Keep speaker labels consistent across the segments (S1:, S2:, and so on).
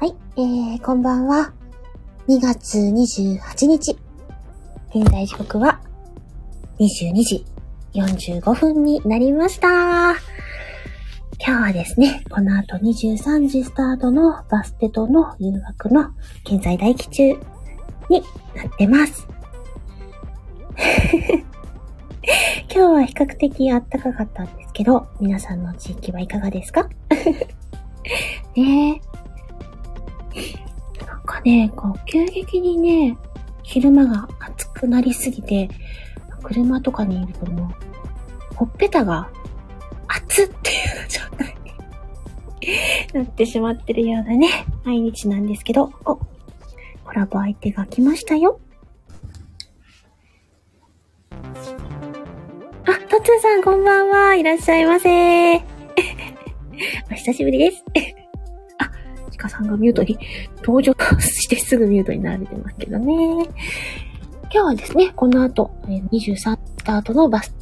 S1: はい、えー、こんばんは。2月28日。現在時刻は22時45分になりました。今日はですね、この後23時スタートのバステとの誘惑の現在待機中になってます。 今日は比較的暖かかったんですけど、皆さんの地域はいかがですか ねえ。なんかね、こう、急激にね、昼間が暑くなりすぎて、車とかにいるともう、ほっぺたが熱っていう状態に なってしまってるようなね、毎日なんですけど、お、コラボ相手が来ましたよ。あ、トツーさんこんばんは。いらっしゃいませ。 お久しぶりです。 あ、チカさんがミュートに、登場してすぐミュートになられてますけどね。今日はですね、この後、えー23スタートのバス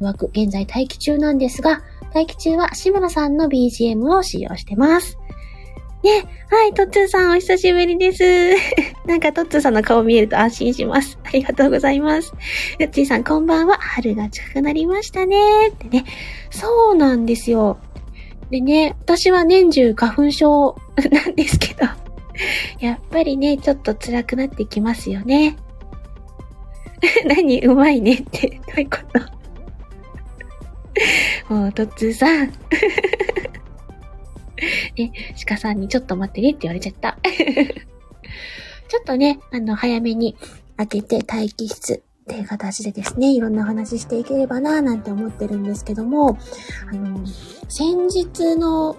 S1: 枠、現在待機中なんですが、待機中は志村さんの BGM を使用してます。ね、はい、トッツーさんお久しぶりです。 なんかトッツーさんの顔見えると安心します。ありがとうございます。ゆっちーさんこんばんは。春が近くなりましたね。ってね。そうなんですよ。でね、私は年中花粉症なんですけど。やっぱりね、ちょっと辛くなってきますよね。 何うまいねって、どういうこと もう、とっつーさん。ね、鹿さんにちょっと待ってねって言われちゃった。 ちょっとね、あの、早めに開けて待機室っていう形でですね、いろんなお話ししていければなぁなんて思ってるんですけども、あの、先日の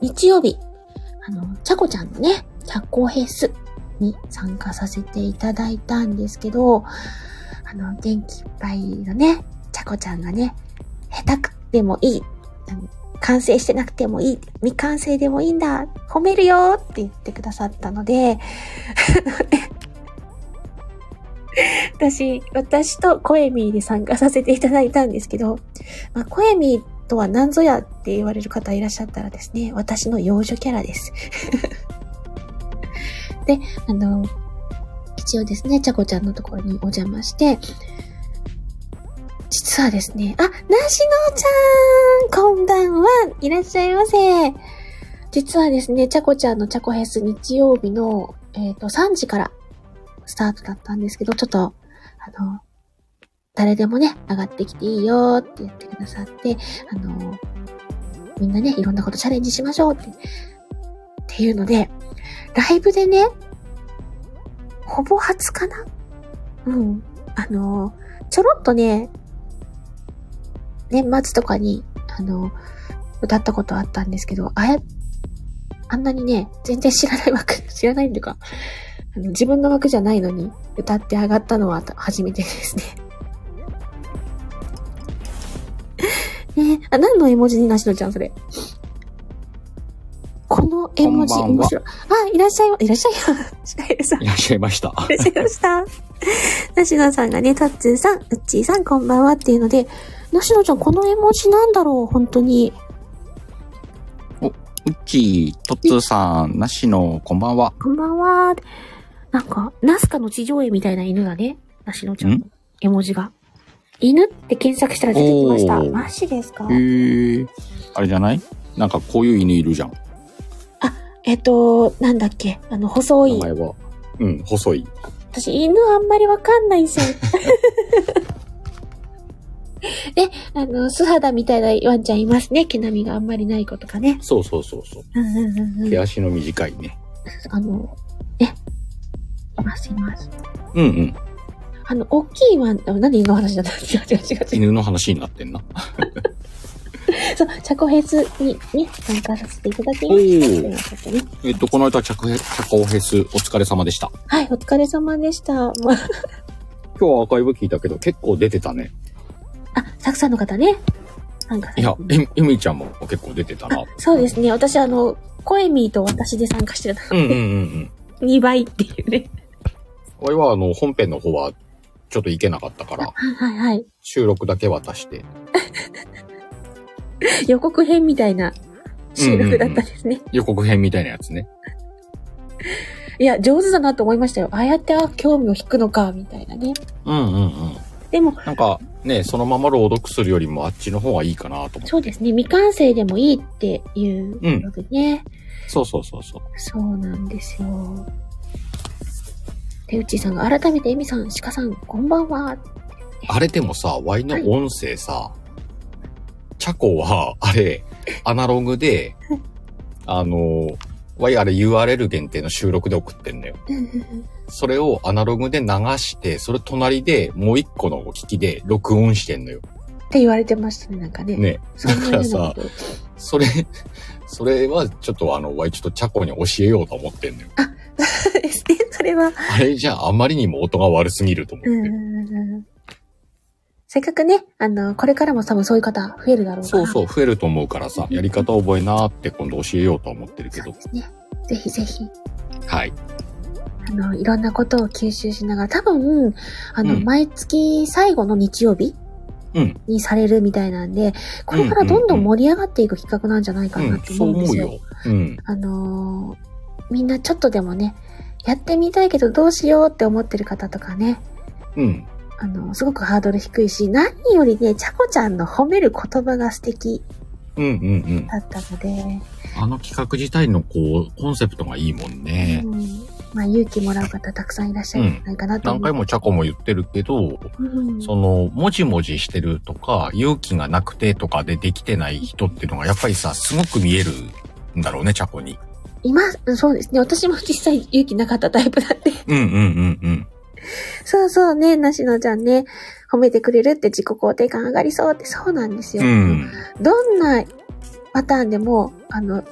S1: 日曜日、あの、ちゃこちゃんのね、チャコフェスに参加させていただいたんですけど、あの、元気いっぱいのね、ちゃこちゃんがね、下手くてもいい、あの完成してなくてもいい、未完成でもいいんだ、褒めるよって言ってくださったので、 私、私とコエミーで参加させていただいたんですけど、まあ、コエミーとは何ぞやって言われる方いらっしゃったらですね、私の幼女キャラです。で、あの、一応ですね、ちゃこちゃんのところにお邪魔して、実はですね、あ、なしのちゃんこんばんはいらっしゃいませ実はですね、ちゃこちゃんのちゃこフェス日曜日の、えっ、と、3時からスタートだったんですけど、ちょっと、あの、誰でもね、上がってきていいよって言ってくださって、あの、みんなね、いろんなことチャレンジしましょうって、っていうので、ライブでね、ほぼ初かなうん。あの、ちょろっとね、年末とかに、あの、歌ったことあったんですけど、あや、あんなにね、全然知らない枠、 知らないっていうか、あの自分の枠じゃないのに歌って上がったのはた初めてですね。 ねえあ、何の絵文字になしのちゃんそれ。この絵文字
S2: こんばん
S1: 面
S2: は
S1: 白い。あ、いらっしゃいま、いらっしゃいま、 シカエルさん。
S2: いらっしゃいました。
S1: 失礼しました。なしのさんがね、タッツーさん、ウッチーさん、こんばんはっていうので、なしのちゃん、この絵文字なんだろう、本当に。
S2: うっちー、とっつーさん、なしの、こんばんは。
S1: こんばんは。なんか、ナスカの地上絵みたいな犬だね。なしのちゃんの
S2: ん
S1: 絵文字が。犬って検索したら出てきました。
S2: おー
S1: マジですか
S2: へー。あれじゃないなんかこういう犬いるじゃん。
S1: えっと、なんだっけ、あの、細
S2: 名
S1: い。
S2: 前は。うん、細い。
S1: 私、犬あんまりわかんないんです よ。 ね、あの、素肌みたいなワンちゃんいますね。毛並みがあんまりない子とかね。
S2: そうそうそうそう。
S1: うんうんうんうん。
S2: 毛足の短いね。
S1: あの、ね、いますいます。
S2: うんうん。
S1: あの、大きいワン、あなんで犬の話だった違う違う違う違う。
S2: 犬の話になってんな。
S1: そう、チャコフェスにね、参加させていただき
S2: お
S1: まし
S2: ー。
S1: たということでね。
S2: えっと、この間、着ャチャコフェス、お疲れ様でした。
S1: はい、お疲れ様でした。まあ、
S2: 今日はアーカイブ聞いたけど、結構出てたね。
S1: あ、たくさんの方ね、参加され
S2: い
S1: て
S2: や、え、えみちゃんも結構出てたな。
S1: そうですね、私あの、コエミーと私で参加してた
S2: うんうんうんうん。
S1: 2倍っていうね。
S2: 俺は、あの、本編の方は、ちょっと行けなかったから、
S1: はいはいはい。
S2: 収録だけ渡して。
S1: 予告編みたいな収録だったですね。
S2: 予告編みたいなやつね。
S1: いや、上手だなと思いましたよ。ああやって、あ、興味を引くのか、みたいなね。
S2: うんうんうん。
S1: でも、
S2: なんかね、そのまま朗読するよりもあっちの方がいいかなと思って。
S1: そうですね。未完成でもいいっていう
S2: うん
S1: のでね。
S2: そうそうそうそう。
S1: そうなんですよ。で、うちさんが改めて、えみさん、鹿さん、こんばんは。
S2: あれでもさ、ワイの音声さ、チャコは、あれ、アナログ で、あの、ワイあれ URL 限定の収録で送ってんだよ。それをアナログで流して、それ隣でもう一個のお聞きで録音してんのよ。
S1: って言われてましたね、なんかね。
S2: ね。
S1: そんなようなこと。
S2: それ、 それはちょっとあの、ワイちょっとチャコに教えようと思ってんのよ。
S1: そうですね。それは、
S2: あれじゃああまりにも音が悪すぎると思って。
S1: うんせっかくね、あの、これからも多分そういう方増えるだろうか
S2: そ
S1: ら。
S2: うそう、増えると思うからさ、やり方覚えなーって今度教えようとは思ってるけ
S1: そう
S2: ど
S1: で。すね。ぜひぜひ、
S2: はい。
S1: あの、いろんなことを吸収しながら、多分、あの、
S2: うん
S1: 毎月最後の日曜日
S2: うん。
S1: にされるみたいなんで、これからどんどん盛り上がっていく企画なんじゃないか
S2: う
S1: なんって
S2: そう
S1: 思うんで
S2: 思
S1: す
S2: う
S1: よ。
S2: よ。うん。
S1: あのーみんなちょっとでもね、やってみたいけどどうしようって思ってる方とかね、
S2: うん。
S1: あの、すごくハードル低いし、何よりね、ちゃこちゃんの褒める言葉が素敵
S2: うんうんうん。
S1: だったので、
S2: あの企画自体のこう、コンセプトがいいもんね
S1: う。ん、まあ勇気もらう方たくさんいらっしゃるんじゃないかなと思
S2: 何
S1: う。
S2: 回もチャコも言ってるけど、
S1: うん、
S2: その、もじもじしてるとか、勇気がなくてとかでできてない人っていうのが、やっぱりさ、すごく見えるんだろうね、チャコに。
S1: います、そうですね。私も実際勇気なかったタイプなんで。
S2: うんうんうんうん。
S1: そうそうね、なしのちゃんね、褒めてくれるって自己肯定感上がりそうってそうなんですよ。
S2: うん。
S1: どんなパターンでも、あの、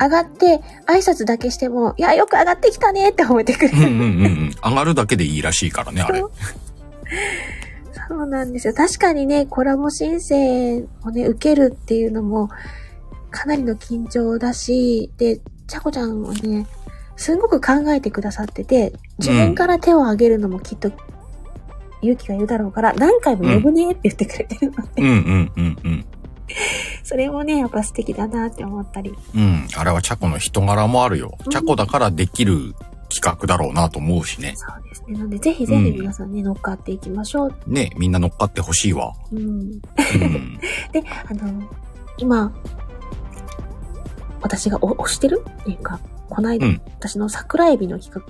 S1: 上がって挨拶だけしても、いや、よく上がってきたねって褒めてくれ
S2: うんう
S1: る。
S2: んうんうん。上がるだけでいいらしいからね、あれ。
S1: そうなんですよ。確かにね、コラボ申請をね、受けるっていうのも、かなりの緊張だし、で、ちゃこちゃんはね、すごく考えてくださってて、自分から手を挙げるのもきっと勇気がいるだろうから、何回も呼ぶねって言ってくれてるので、
S2: うんうんうんうん。
S1: それもね、やっぱ素敵だなって思ったり。
S2: うん。あれはチャコの人柄もあるよ
S1: う。ん
S2: チャコだからできる企画だろうなと思うしね。
S1: そうですね。なので、ぜひぜひ皆さんね、乗っかっていきましょう。
S2: ね、みんな乗っかってほしいわ。
S1: うん。
S2: うん。
S1: で、あの、今、私がお推してるっていうか、この間、
S2: うん
S1: 私の桜エビの企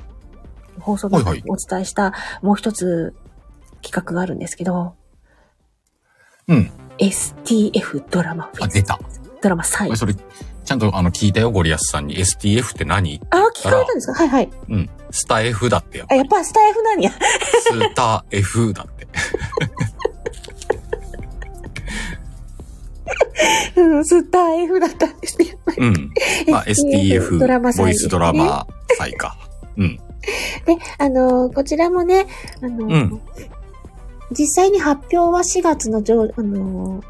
S1: 画、放送で
S2: はいはい
S1: お伝えした、もう一つ企画があるんですけど、
S2: うん。
S1: STF ドラマフ
S2: あ、
S1: ェス
S2: 出。た。
S1: ドラマサイ
S2: おいそれ、ちゃんとあの、聞いたよ、ゴリアスさんに。STF って何
S1: あ、聞かれたんですかはいはい。
S2: うん。スタ F だってよ
S1: あ、。やっぱスタイフなんや。
S2: スタ F だって。
S1: うん、スタイフだったんですね。
S2: うん。まあ、STF、
S1: ドラマ祭
S2: ボイスドラマ祭か。うん。
S1: で、あの、こちらもね、あの、
S2: うん
S1: 実際に発表は4月の上、あの、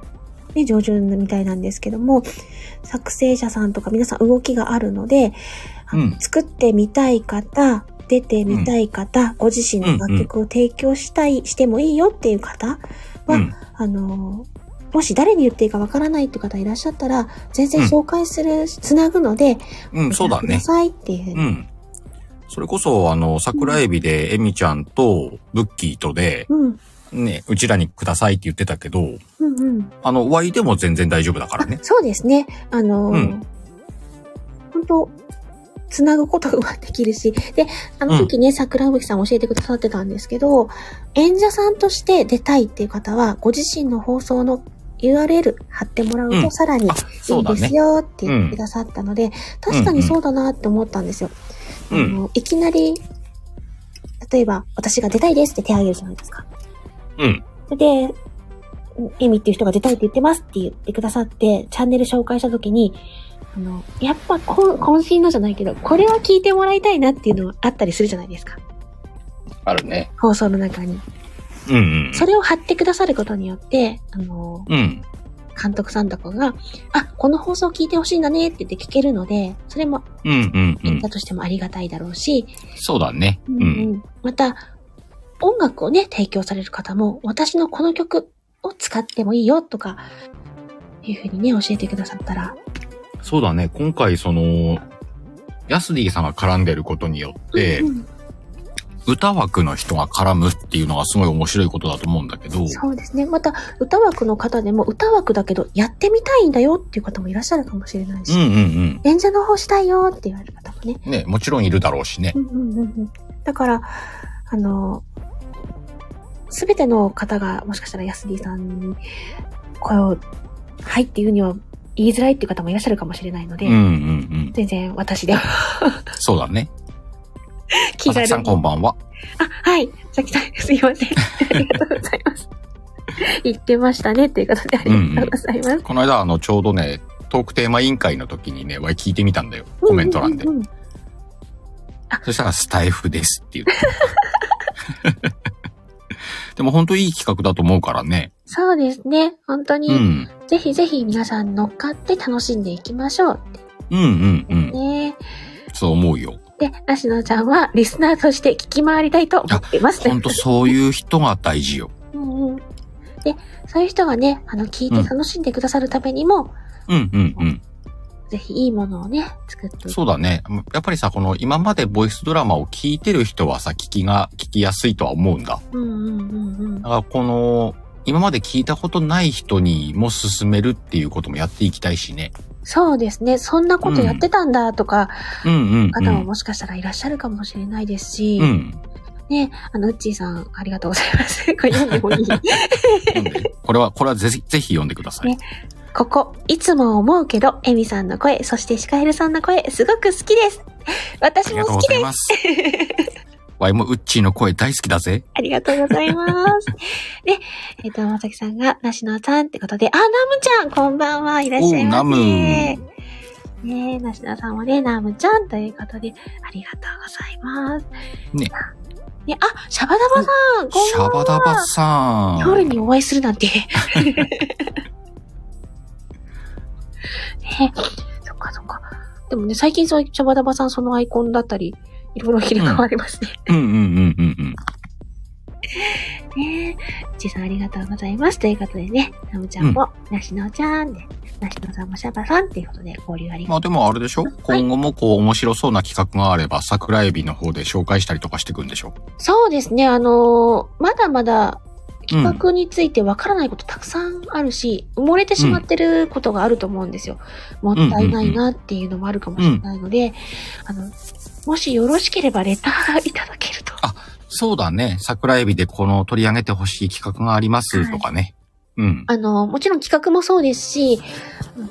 S1: ね、上旬みたいなんですけども、作成者さんとか皆さん動きがあるので、あの
S2: うん
S1: 作ってみたい方、出てみたい方、ご自身の楽曲を提供したい、してもいいよっていう方は、
S2: うん。
S1: あの、もし誰に言っていいかわからないっていう方いらっしゃったら、全然紹介する、つなぐので、
S2: うん、そうだ
S1: ご覧くだ
S2: ね。
S1: さいっていうふう
S2: う
S1: に。
S2: ん。それこそ、あの、桜エビで、エミちゃんと、ブッキーとで、
S1: うん、
S2: ね、うちらにくださいって言ってたけど、
S1: うん、うん。
S2: あの、Y でも全然大丈夫だからね。
S1: そうですね。あのー
S2: うん
S1: 本当つなぐことができるし。で、あの
S2: うん
S1: 時ね、桜吹さん教えてくださってたんですけど、演者さんとして出たいっていう方は、ご自身の放送の URL 貼ってもらう
S2: う
S1: と
S2: ん
S1: さらにい
S2: あ、そうだ
S1: いです
S2: ね。
S1: よって言ってくださったので、確かにそうだなって思ったんですよ。
S2: うん
S1: あのいきなり、例えば、私が出たいですって手を挙げるじゃないですか。
S2: うん。
S1: で、エミっていう人が出たいって言ってますって言ってくださって、チャンネル紹介したときに、あの、やっぱこ、渾身のじゃないけど、これは聞いてもらいたいなっていうのはあったりするじゃないですか。
S2: あるね。
S1: 放送の中に。
S2: うんうん。
S1: それを貼ってくださることによって、あの、
S2: うん。
S1: 監督さんとかが、あ、この放送聞いてほしいんだねって言って聞けるので、それも、
S2: うんうんうん
S1: 演者。としてもありがたいだろうし、
S2: そうだね。う
S1: うん
S2: ん。
S1: うんまた、音楽をね、提供される方も、私のこの曲を使ってもいいよとか、いうふうにね、教えてくださったら。
S2: そうだね。今回、その、ヤスディさんが絡んでることによって、
S1: うん
S2: 歌枠の人が絡むっていうのがすごい面白いことだと思うんだけど、
S1: そうですね。また、歌枠の方でも、歌枠だけど、やってみたいんだよっていう方もいらっしゃるかもしれないし、
S2: うんうん
S1: 演者の方したいよって言われる方もね。
S2: うん。ね、もちろんいるだろうしね
S1: う。んうんうんうんだから、あの、すべての方が、もしかしたら安ーさんに、声を、はいっていうには言いづらいっていう方もいらっしゃるかもしれないので、
S2: うんうんうん。
S1: 全然私でも
S2: そうだね。
S1: 気軽
S2: 佐々木
S1: に。
S2: さんこんばんは。
S1: あ、はい。さきさん、すいま せん。ありがとうございます。 言ってましたねっていうことでありがとうございます。
S2: この間、あの、ちょうどね、トークテーマ委員会の時にね、わい聞いてみたんだよ。コメント欄で
S1: うん。うんうん
S2: そしたら、スタイフですって言って。 でも本当いい企画だと思うからね。
S1: そうですね。本当に、
S2: うん。
S1: ぜひぜひ皆さん乗っかって楽しんでいきましょう。
S2: うんうんうん。
S1: ね
S2: そう思うよ。
S1: で、ナシノちゃんはリスナーとして聞き回りたいと思ってます。
S2: 本当そういう人が大事よ。
S1: うんうんで、そういう人がね、あの、聞いて楽しんでくださるためにも、
S2: うんうんうん。
S1: ぜひいいものをね、作っていき
S2: そうだね。やっぱりさ、この今までボイスドラマを聞いてる人はさ、聞きが、聞きやすいとは思うんだ。
S1: うんうんうんうん
S2: だ。からこの、今まで聞いたことない人にも勧めるっていうこともやっていきたいしね。
S1: そうですね。そんなことやってたんだとか、
S2: うんうん、う
S1: 方も
S2: ん。
S1: もしかしたらいらっしゃるかもしれないですし、
S2: うん。
S1: ね、あの、うっちーさん、ありがとうございます。 これ読んでもいい
S2: 読んでこれは、これはぜひ、ぜひ読んでください。
S1: ねここ、いつも思うけど、エミさんの声、そしてシカエルさんの声、すごく好きです。
S2: あ
S1: 私
S2: り
S1: も
S2: がと
S1: 好
S2: うご
S1: き
S2: ざい
S1: です。
S2: ます。わいもウッチーの声大好きだぜ。
S1: ありがとうございます。 で、えっ、と、まさきさんが、なしのさんってことで、あ、ナムちゃん、こんばんは、いらっしゃいませ。
S2: ナム。
S1: ねえ、なしのさんもね、ナムちゃんということで、ありがとうございます。
S2: ね。
S1: ね、あ、シャバダバさん、こ
S2: シ
S1: んばんは。
S2: ャバダバさん。
S1: 夜にお会いするなん て。ねそっかそっか。でもね、最近そう、シャバダバさんそのアイコンだったり、いろいろ入れ替わりますね。
S2: うんうんうんうんうん。
S1: ねえ。うちさんありがとうございます。ということでね、ナムちゃんも、なしのちゃんで、なしのさんもシャバさんっていうことで交流あり
S2: ま
S1: が
S2: あでもあれでしょ今後もこう面白そうな企画があれば桜エビの方で紹介したりとかしていくんでしょ
S1: そうですね、あのーまだまだ企画についてわからないことたくさんあるし、埋もれてしまってることがあると思うんですよ。もったいないなっていうのもあるかもしれないので、あの、もしよろしければレターがいただけると。
S2: そうだね。桜エビでこの取り上げてほしい企画がありますとかね。うん。
S1: あの、もちろん企画もそうですし、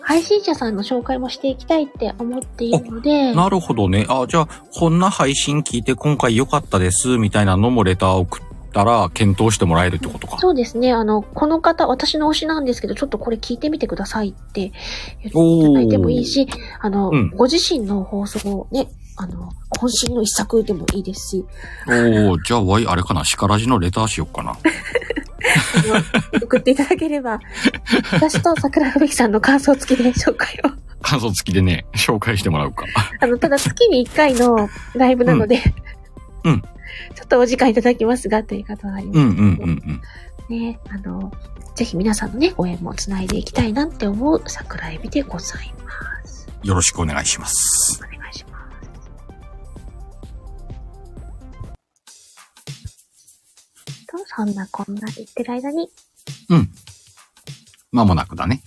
S1: 配信者さんの紹介もしていきたいって思っているので、
S2: なるほどね。あ、じゃあ、こんな配信聞いて今回良かったです、みたいなのもレター送ったら検討してもらえるってことか。
S1: そうですね。あの、この方、私の推しなんですけど、ちょっとこれ聞いてみてくださいって言っていただいてもいいし、あの、
S2: うん
S1: ご自身の放送をね、あの、渾身の一作でもいいですし、
S2: おおじゃあ、わい、あれかな、叱らじのレターしよっか な。
S1: あの送っていただければ、私と桜吹雪さんの感想付きで紹介を。
S2: 感想付きでね、紹介してもらうか。
S1: あの、ただ月に1回のライブなので、
S2: うんうん
S1: ちょっとお時間いただきますが、という方はあり
S2: う
S1: ま
S2: んうんうんうん。
S1: すね。あの、ぜひ皆さんのね、ご縁もつないでいきたいなって思う桜エビでございます。
S2: よろしくお願いしま
S1: お
S2: す。
S1: 願いします。と、そんなこんなで言ってる間に、
S2: うん。まもなくだね。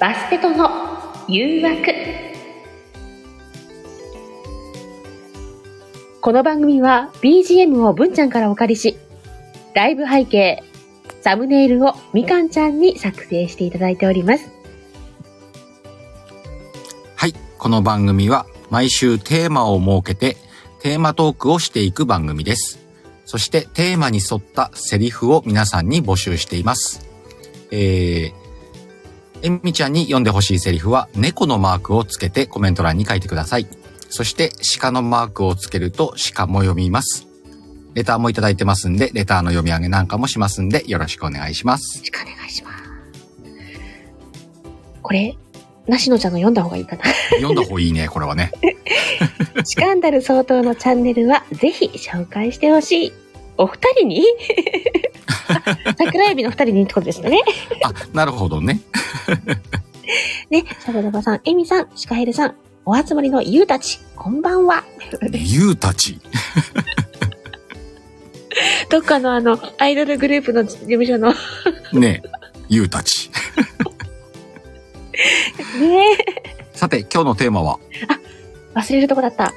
S1: バステとの誘惑。この番組は BGM を文ちゃんからお借りし、ライブ背景、サムネイルをみかんちゃんに作成していただいております。
S2: はい。この番組は、毎週テーマを設けて、テーマトークをしていく番組です。そして、テーマに沿ったセリフを皆さんに募集しています。えー、えみちゃんに読んでほしいセリフは、猫のマークをつけてコメント欄に書いてください。そして、鹿のマークをつけると、鹿も読みます。レターもいただいてますんで、レターの読み上げなんかもしますんで、よろしくお願いします
S1: よ。ろしくお願いします。これ、なしのちゃんの読んだ方がいいかな。
S2: 読んだ方がいいね、これはね。
S1: シカンダル総統のチャンネルはぜひ紹介してほしい。お二人に 桜エビの二人にってことですよね。
S2: あ、なるほどね。
S1: ね、サバダバさん、エミさん、シカヘルさん、お集まりのユウたち、こんばん は。
S2: ユウたち。
S1: どっかのあの、アイドルグループの事務所の、ね
S2: ねえ、ユウたち。
S1: え、
S2: さて、今日のテーマは、
S1: 忘れるとこだった。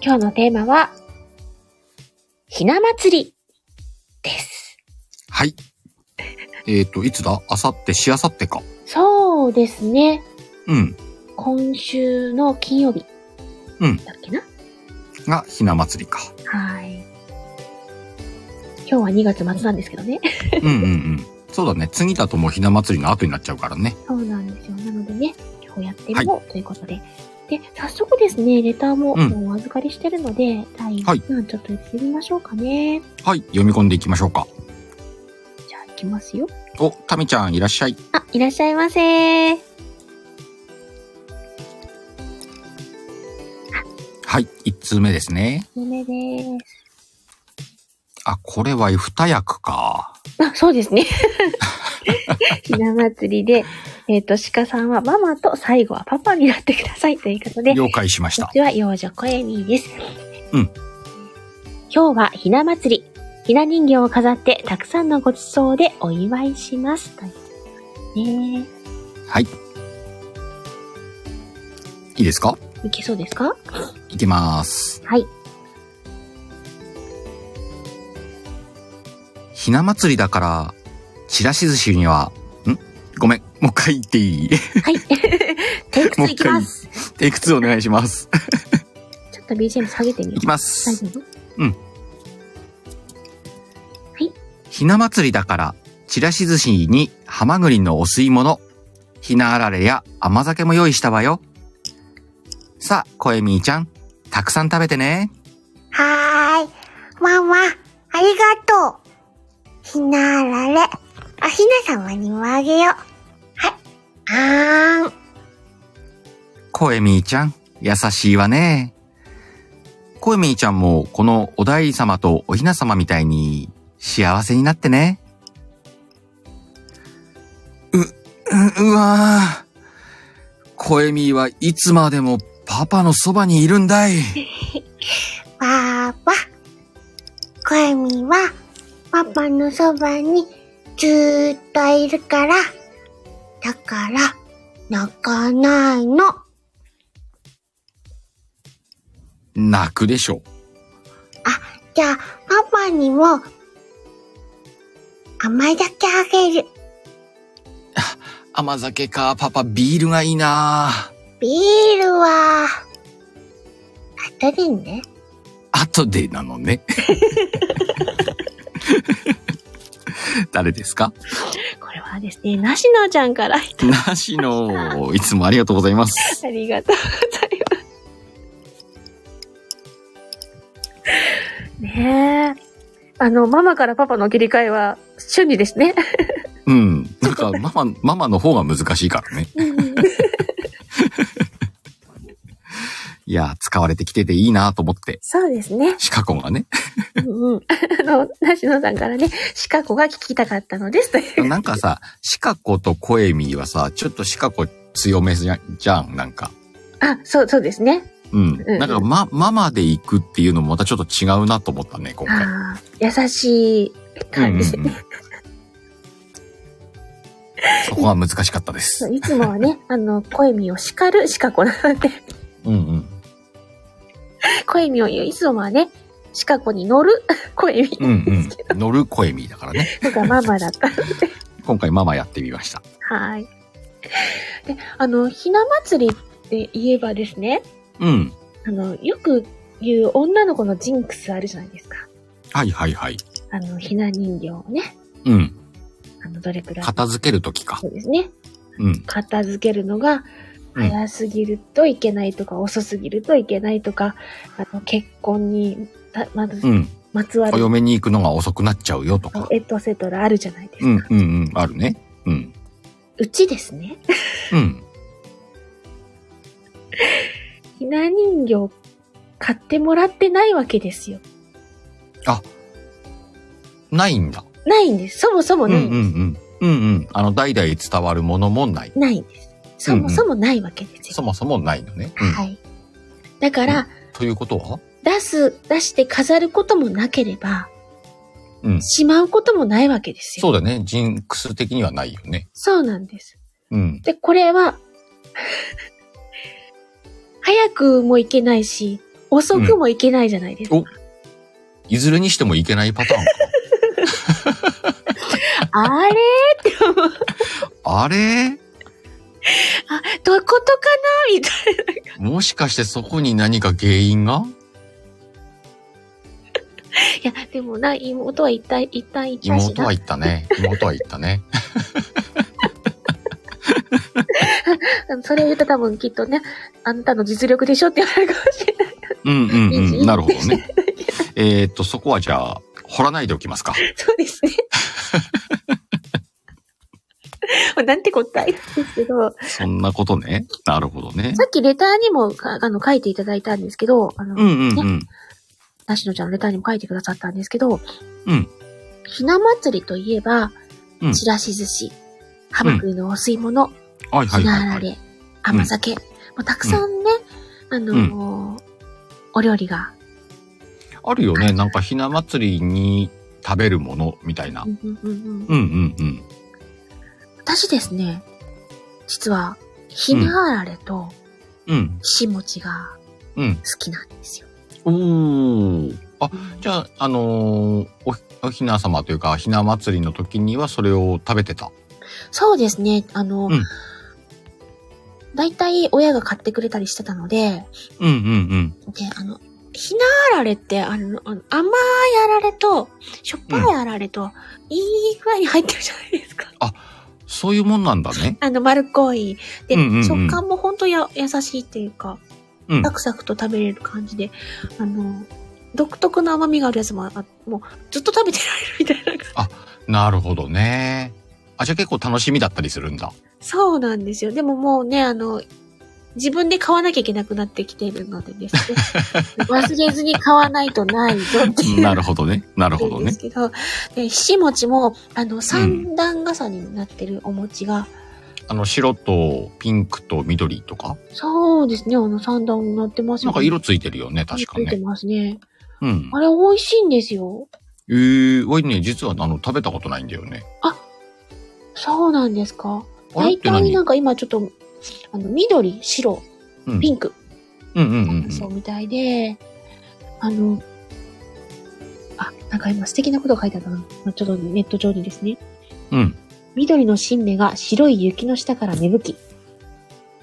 S1: 今日のテーマは、ひな祭りです。
S2: はい。えっ、と、いつだあさって、しあさってか。
S1: そうですね。
S2: うん。
S1: 今週の金曜日。
S2: うん
S1: だっけな
S2: が、ひな祭りか。
S1: はい。今日は2月末なんですけどね。
S2: うんうんうん。そうだね。次だともうひな祭りの後になっちゃうからね。
S1: そうなんですよ。なのでね、今日やってみよう、ということで。で、早速ですね、レターも
S2: うん
S1: もうお預かりしてるので、第1
S2: はい
S1: 弾ちょっとやってみましょうかね。
S2: はい。読み込んでいきましょうか。
S1: じゃあ、行きますよ。
S2: お、たみちゃんいらっしゃい。
S1: あ、いらっしゃいませー。
S2: はい。一通目ですね。
S1: 夢でーす。
S2: あ、これは二役か。
S1: あ、そうですね。 ひな祭りで、えっ、と、鹿さんはママと最後はパパになってくださいということで、
S2: 了解しまし
S1: こん
S2: た
S1: に。ちは、幼女小エミーです。
S2: うん。
S1: 今日はひな祭り。ひな人形を飾って、たくさんのごちそうでお祝いします。というね
S2: はい。いいですか
S1: え、いけそうですか
S2: いきます。
S1: はい。
S2: ひな祭りだから、ちらし寿司には、んごめん。もう一回言っていい
S1: はい。 テイク
S2: もう
S1: 2
S2: 一
S1: いきます。
S2: テイク2お願いします。
S1: ちょっと BGM 下げてみよ
S2: いうき。ま
S1: 大
S2: す。
S1: 丈夫
S2: ひな祭りだから、ちらし寿司にハマグリのお吸い物、ひなあられや甘酒も用意したわよ。さあ、こえみーちゃん、たくさん食べてね。
S3: はーい。ママ、ありがとう。ひなあられ。あ、ひな様にもあげよう。はい。あーん。
S2: こえみーちゃん、優しいわね。こえみーちゃんも、このお大様とおひな様みたいに、幸せになってね。う、う、うわぁ。こえみーはいつまでもパパのそばにいるんだい。
S3: わーわ。こえみは、パパのそばにずーっといるから。だから、泣かないの。
S2: 泣くでしょ。
S3: じゃあ、パパにも、甘いだけあげる。
S2: 甘酒か、パパビールがいいな
S3: ビールは、後でね。
S2: 後でなのね。 誰ですか
S1: これはですね、なしのちゃんから
S2: なしの、いつもありがとうございます。
S1: ありがとうございます。ねえ。あの、ママからパパの切り替えは瞬時ですね。
S2: うん。なんか、ママ、ママの方が難しいからね。いや、使われてきてていいなと思って。
S1: そうですね。
S2: シカコがね。
S1: うんうん。 あの、なしのさんからね、シカ子が聞きたかったのですという。
S2: なんかさ、シカコとコエミーはさ、ちょっとシカコ強めじゃじゃん、なんか。
S1: あ、そう、そうですね。
S2: うん。
S1: うん
S2: なんか、ま、ママで行くっていうのもまたちょっと違うなと思ったね、今回。
S1: ああ、優しい感じ。
S2: うんうんうんそこは難しかったです。
S1: いつもはね、あの、声みを叱るシカ子なので、
S2: うんうん。
S1: 声みを言う、いつもはね、シカ子に乗る 声み
S2: うんうん。乗るコエミーだからね。
S1: とかママだった。
S2: 今回ママやってみました。
S1: はい。で、あの、ひな祭りって言えばですね、
S2: うん。
S1: あの、よく言う女の子のジンクスあるじゃないですか。
S2: はいはいはい。
S1: あの、ひな人形をね、
S2: うん。
S1: あの、どれくらい。
S2: 片付けるときか。
S1: そうですね。
S2: うん。
S1: 片付けるのが、
S2: うん
S1: 早すぎるといけないとか、遅すぎるといけないとか、あの、結婚に、たまず、
S2: うん。
S1: まつわ
S2: お
S1: る、
S2: 嫁に行くのが遅くなっちゃうよとか。
S1: エトセトラあるじゃないです
S2: う
S1: か。
S2: んうんうん。あるね。うん。
S1: うちですね。
S2: うん。
S1: ひな人形、買ってもらってないわけですよ。
S2: ないんだ。
S1: ないんです。そもそも
S2: うんう
S1: ないんです。
S2: んうん。うんうん。あの、代々伝わるものもない。
S1: ないんです。そもそもないわけです
S2: そ
S1: よ。
S2: もそもないのね。うん
S1: はい。だから、
S2: ということは
S1: 出す、出して飾ることもなければ、
S2: うん。
S1: しまうこともないわけですよ。
S2: そうだね。ジンクス的にはないよね。
S1: そうなんです。
S2: うん。
S1: で、これは、 早くもいけないし、遅くもいけないじゃないですか。
S2: うんいずれにしてもいけないパターン か。
S1: あれ
S2: あれ
S1: どういうことかなみたいな。
S2: もしかしてそこに何か原因が
S1: いや、でもな、妹は一旦、一旦行ったし
S2: 妹
S1: な
S2: は。言ったね。妹は言ったね。
S1: うんそれを言うと多分きっとね、あんたの実力でしょって言われるかもしれない。
S2: うんうん
S1: いいし
S2: うん。なるほど ね。えーっと、そこはじゃあ、掘らないでおきますか。
S1: そうですね。 もうなんて答えなんですけど、さ
S2: そんなことね。なるほどね。
S1: っきレターにもかあの書いていただいたんですけど、あの、
S2: うんうんうん。
S1: ナシノちゃんのレターにも書いてくださったんですけど、
S2: うん。
S1: ひな祭りといえば、
S2: うん
S1: ちらし寿司、ハマグリのお吸い物、
S2: はいはい
S1: ひな
S2: は
S1: あ
S2: い、は
S1: ら
S2: い。
S1: れ、甘酒、もうたくさんね、あのーお料理が、
S2: あるよね。なんかひな祭りに食べるものみたいな。
S1: うんうんうんうん
S2: うんうんうん。
S1: 私ですね、実は、ひなあられと
S2: うん。
S1: しもちが
S2: うん。
S1: 好きなんですよ。
S2: おー。あ、じゃあ、あのーおひ、おひな様というか、ひな祭りの時にはそれを食べてた。
S1: そうですね、あの、
S2: うん
S1: だいたい親が買ってくれたりしてたので、
S2: うんうん
S1: で、あの、ひなあられって、あの、あの甘いあられと、しょっぱいあられと、いい具合に入ってるじゃないですか。
S2: うん。そういうもんなんだ ね。
S1: あの、丸っこい。で、
S2: うんうんうん
S1: 食感もほんとや、優しいっていうか、
S2: うん
S1: サ。クサクと食べれる感じで、あの、独特の甘みがあるやつもあ、もう、ずっと食べてられるみたいな。
S2: なるほどね。あ、じゃあ結構楽しみだったりする んだ。
S1: そうなんですよ。でももうね、あの、自分で買わなきゃいけなくなってきてるのでですね。 忘れずに買わないとないぞっていう。
S2: なるほどね。なるほど
S1: で
S2: ね
S1: す。けど、で、ひし餅も、あの、三段重ねになってるお餅が、
S2: あの、白とピンクと緑とか。
S1: そうですね、あの三段になってます
S2: な
S1: よ
S2: んか色ついてるよね、
S1: つ
S2: 確か
S1: いて
S2: ね。
S1: ますね。
S2: うん
S1: あ。れ美味しいんですよ。
S2: えー、俺ね、実はあの、食べたことないんだよね。
S1: そうなんですか。
S2: あれっ
S1: 大
S2: て
S1: 体
S2: 何
S1: な
S2: うん
S1: んか今ちょっと、あの、緑、白、
S2: うん
S1: ピンク、
S2: うんうんうん。
S1: そうみたいで、あの、あ、なんか今素敵なことが書いてあったな。まあちょっとネット上にですね。
S2: うん。
S1: 緑の新芽が白い雪の下から芽吹き、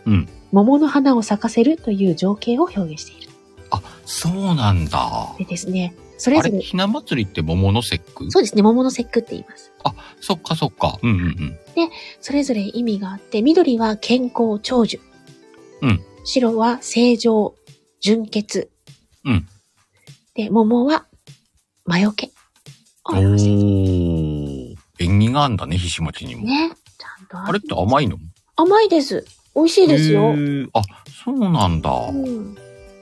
S2: うん。
S1: 桃の花を咲かせるという情景を表現している。
S2: あ、そうなんだ。あ
S1: でですね、それぞ
S2: れ、
S1: れ、
S2: ひな祭りって桃の節句
S1: そうですね、桃の節句って言います。
S2: そっかそっか。うんうんうん。
S1: それぞれ意味があって、緑は健康、長寿。
S2: うん
S1: 白は正常、純潔。
S2: うん
S1: で、桃は魔除け。を
S2: お
S1: 表している
S2: ー。縁起があんだね、ひしもちにも。
S1: ね。ちゃんと
S2: あれって甘いの
S1: 甘いです。美味しいです
S2: へ
S1: よ。
S2: ーあ、そうなんだ。
S1: う。
S2: うん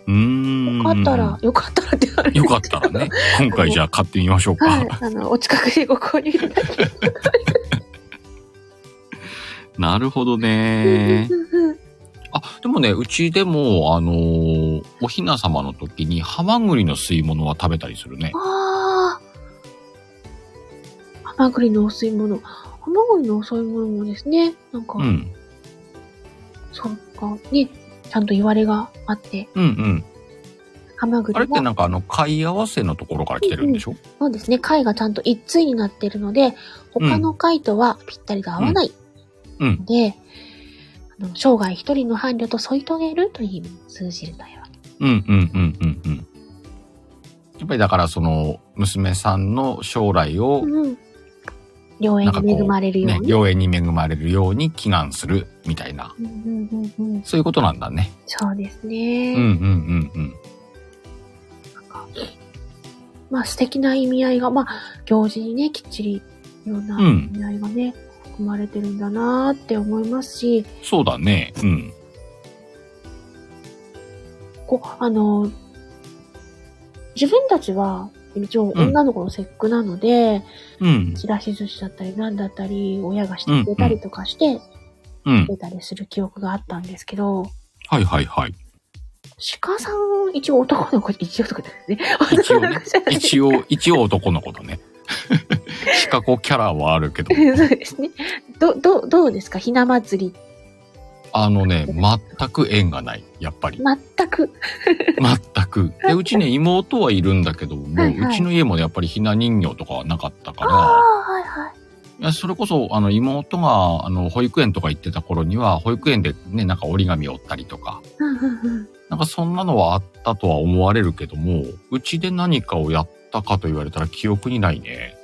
S2: ーん。
S1: よかったら、。よかったらってあれ
S2: よかったら ね。今回じゃあ買ってみましょう
S1: はい
S2: か。。
S1: あの、お近くでご購入いただけ。
S2: なるほどね。あ、でもね、うちでも、あのーおひな様の時に、ハマグリの吸い物は食べたりするね。
S1: ああ。ハマグリのお吸い物。ハマグリのお吸い物もですね、なんか、
S2: うん。
S1: そっか、ね、ちゃんと言われがあって、
S2: うんうん。
S1: ハマグ
S2: あれ
S1: リ
S2: って
S1: は、
S2: なんかあの、貝合わせのところから来てるんでしょ、
S1: そうですね、貝がちゃんと一対になってるので、他の貝とはぴったりが合わない。
S2: うんうん
S1: で、あの生涯一人の伴侶と添い遂げるという意味に通じるというわけ。
S2: うんうんうんうんうん。やっぱりだからその、娘さんの将来を、
S1: うん。良縁に恵まれるよ
S2: ね
S1: う、に。
S2: 良縁に恵まれるように祈願する、みたいな。
S1: うんうんうんうん、
S2: そういうことなんだね。
S1: そうです
S2: う
S1: ね、
S2: んうんうんうん。
S1: まあ素敵な意味合いが、まあ行事にね、きっちりいろんな
S2: うん
S1: 意味合いがね、含まれてるんだなーって思いますし、
S2: そうだね。うん。
S1: こう、あの、自分たちは一応
S2: ん
S1: 女の子の節句なので、
S2: うん。
S1: ちらし寿司だったり何だったり、親がしてくれたりとかして、
S2: うん。
S1: 出たりする記憶があったんですけど、
S2: はいはいはい。
S1: 鹿さん、一応男の子、一応とかですね。
S2: 一応
S1: 男の
S2: ね
S1: 子じゃな。い
S2: 一 応、一応男の子だね。シカゴキャラはあるけど。
S1: そうですね。ど、どう、どうですかひな祭り。
S2: あのね、全く縁がない。やっぱり。
S1: 全く。
S2: 全く。で、うち ね、妹はいるんだけど、も
S1: は
S2: う、
S1: いはいう
S2: ちの家もね、やっぱりひな人形とかはなかったか
S1: ああ、
S2: ら、
S1: はいはい。
S2: いやそれこそ、あの、妹が、あの、保育園とか行ってた頃には、保育園でね、なんか折り紙折ったりとか、
S1: うんうんうん。
S2: なんかそんなのはあったとは思われるけども、うちで何かをやったかと言われたら記憶にないね。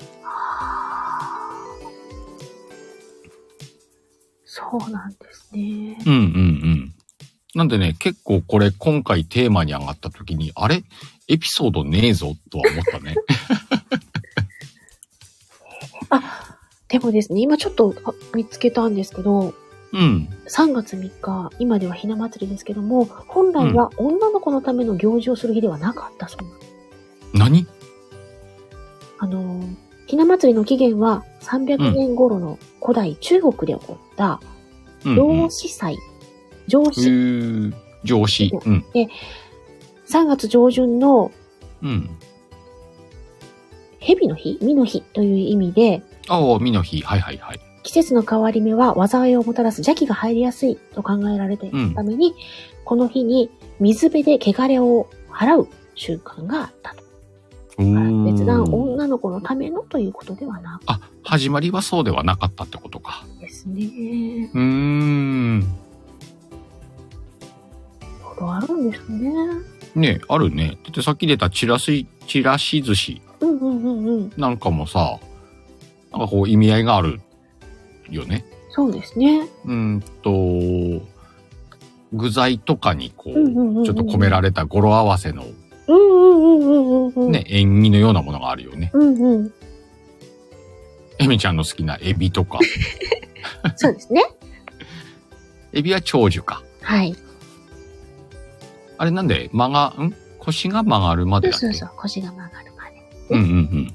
S1: そうなんですね。
S2: うんうんうん。なんでね、結構これ今回テーマに上がった時に、あれエピソードねえぞとは思ったね。
S1: でもですね、今ちょっとあ見つけたんですけど、
S2: うん。
S1: 3月3日、今ではひな祭りですけども、本来は女の子のための行事をする日ではなかったそうなんです。
S2: 何
S1: あのー、ひな祭りの起源は300年頃の古代中国で起こった、
S2: うん、うん。
S1: 老子祭、上
S2: へ
S1: 司、
S2: ー上司。うん。
S1: 3月上旬の
S2: うん。
S1: 蛇の日身の日という意味で、
S2: ああ、美の日。はいはいはい。
S1: 季節の変わり目は災いをもたらす邪気が入りやすいと考えられているために、この日に水辺で汚れを払う習慣があったと。
S2: うーん
S1: 別段女の子のためのということではなく
S2: あ、始まりはそうではなかったってことか。
S1: ですね。
S2: うーん。
S1: ほどあるんですね。
S2: ねあるね。だってさっき出たチラシ、チラシ寿司
S1: うんうんうんうん。
S2: なんかもさ、なんかこう意味合いがあるよね。
S1: そうですね。
S2: うーんと、具材とかにこう、
S1: うんうんうんうん
S2: ちょっと込められた語呂合わせの
S1: うんうんうんうんうんうん。。
S2: ね、縁起のようなものがあるよね。
S1: うんうん。
S2: エミちゃんの好きなエビ とか。
S1: そうですね。
S2: エビは長寿か。
S1: はい。
S2: あれなんで間が、ん腰が曲がるま
S1: そ
S2: で
S1: う
S2: だっけ
S1: そうそう。腰が曲がるまで。
S2: うんうんうん。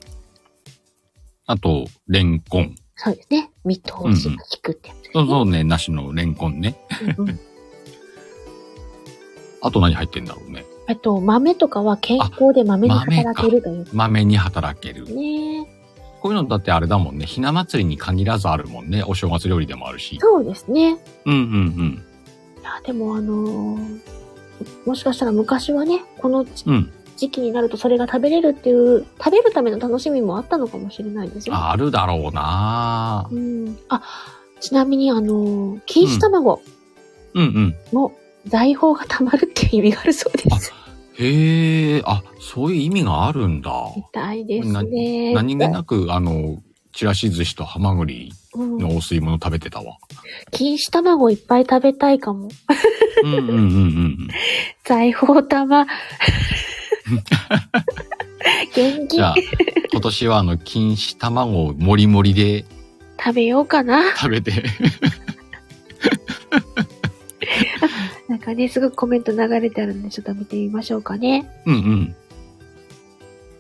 S2: あと、レンコン。
S1: そうですね。見通しが効くってやつです
S2: そう
S1: ね。
S2: そうね、なしのレンコンね。
S1: うん うん
S2: あと何入ってんだろうね。
S1: えっと、豆とかは健康で豆に働けるというこ
S2: 豆に働ける
S1: と。ね。
S2: こういうのだってあれだもんね。ひな祭りに限らずあるもんね。お正月料理でもあるし。
S1: そうですね。い
S2: うんうん
S1: や、でもあのーもしかしたら昔はね、このじ
S2: うん。うん。
S1: 時期になるとそれが食べれるっていう、食べるための楽しみもあったのかもしれないですよ。
S2: あるだろうな
S1: うん。あ、ちなみにあのー、錦糸卵
S2: うんうん。
S1: も財宝が溜まるっていう意味があるそうです。
S2: へえ、あ、そういう意味があるんだ。
S1: みたいです
S2: な
S1: ね。
S2: 何気なく、あの、ちらし寿司とハマグリ
S1: うん
S2: のお吸い物食べてたわ。
S1: 錦糸卵いっぱい食べたいかも。
S2: うんうんうんうん。
S1: 財宝玉。元気
S2: じゃあ、今年はあの、錦糸卵をもりもりで
S1: 食べようかな。
S2: 食べて。
S1: なんかね、すごくコメント流れてあるので、ちょっと見てみましょうかね。
S2: うんうん。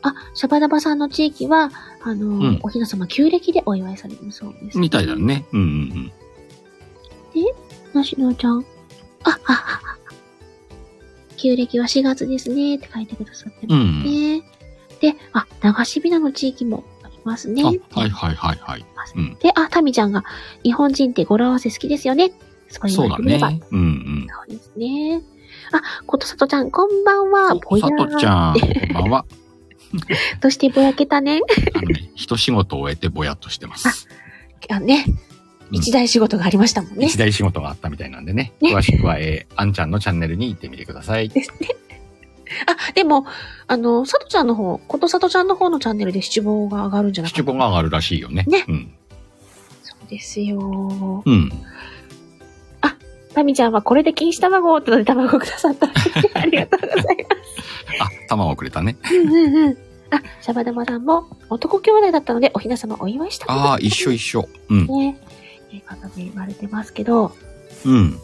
S1: あ、シャバダバさんの地域は、あの、
S2: うん
S1: お雛様旧暦でお祝いされるそうです。
S2: みたいだ。ね。うんうん
S1: なしのちゃん。あ、あ、あ、あ。旧暦は4月ですね、って書いてくださって
S2: うん。う
S1: ま
S2: ん
S1: すね。で、あ、流しびなの地域もありますね。
S2: うん。あ、はいはいはいはい。うん
S1: で、あ、タミちゃんが、日本人って語呂合わせ好きですよね。そう言
S2: そう
S1: わ
S2: だ
S1: れてみれば
S2: ね。うんうん。
S1: そうですね。あ、ことさとちゃん、こんばんは。ぼ
S2: お
S1: や
S2: さとちゃん、こんばんは。
S1: ーっとしてぼやけたね。
S2: あのね、一仕事を終えてぼやっとしてます。
S1: あね、
S2: うん
S1: 一大仕事がありましたもんね
S2: 一。大仕事があったみたいなんでね。
S1: ね
S2: 詳しくは、えー、あんちゃんのチャンネルに行ってみてください。
S1: あ、でも、あの、さとちゃんの方、ことさとちゃんの方のチャンネルで七望が上がるんじゃなか
S2: 七
S1: った
S2: 五が上がるらしいよね。
S1: ね
S2: うん。
S1: そうですよ。
S2: うん。
S1: タミちゃんはこれで錦糸卵ってので卵をくださ った。ありがとうございま
S2: あ、玉をくれたね。
S1: す。うんうんうん。あ、シャバダマさんも男兄弟だったのでおひな様お祝いした
S2: ああ、一緒一緒。うん。
S1: ね。え、方で言われてますけど、
S2: うん。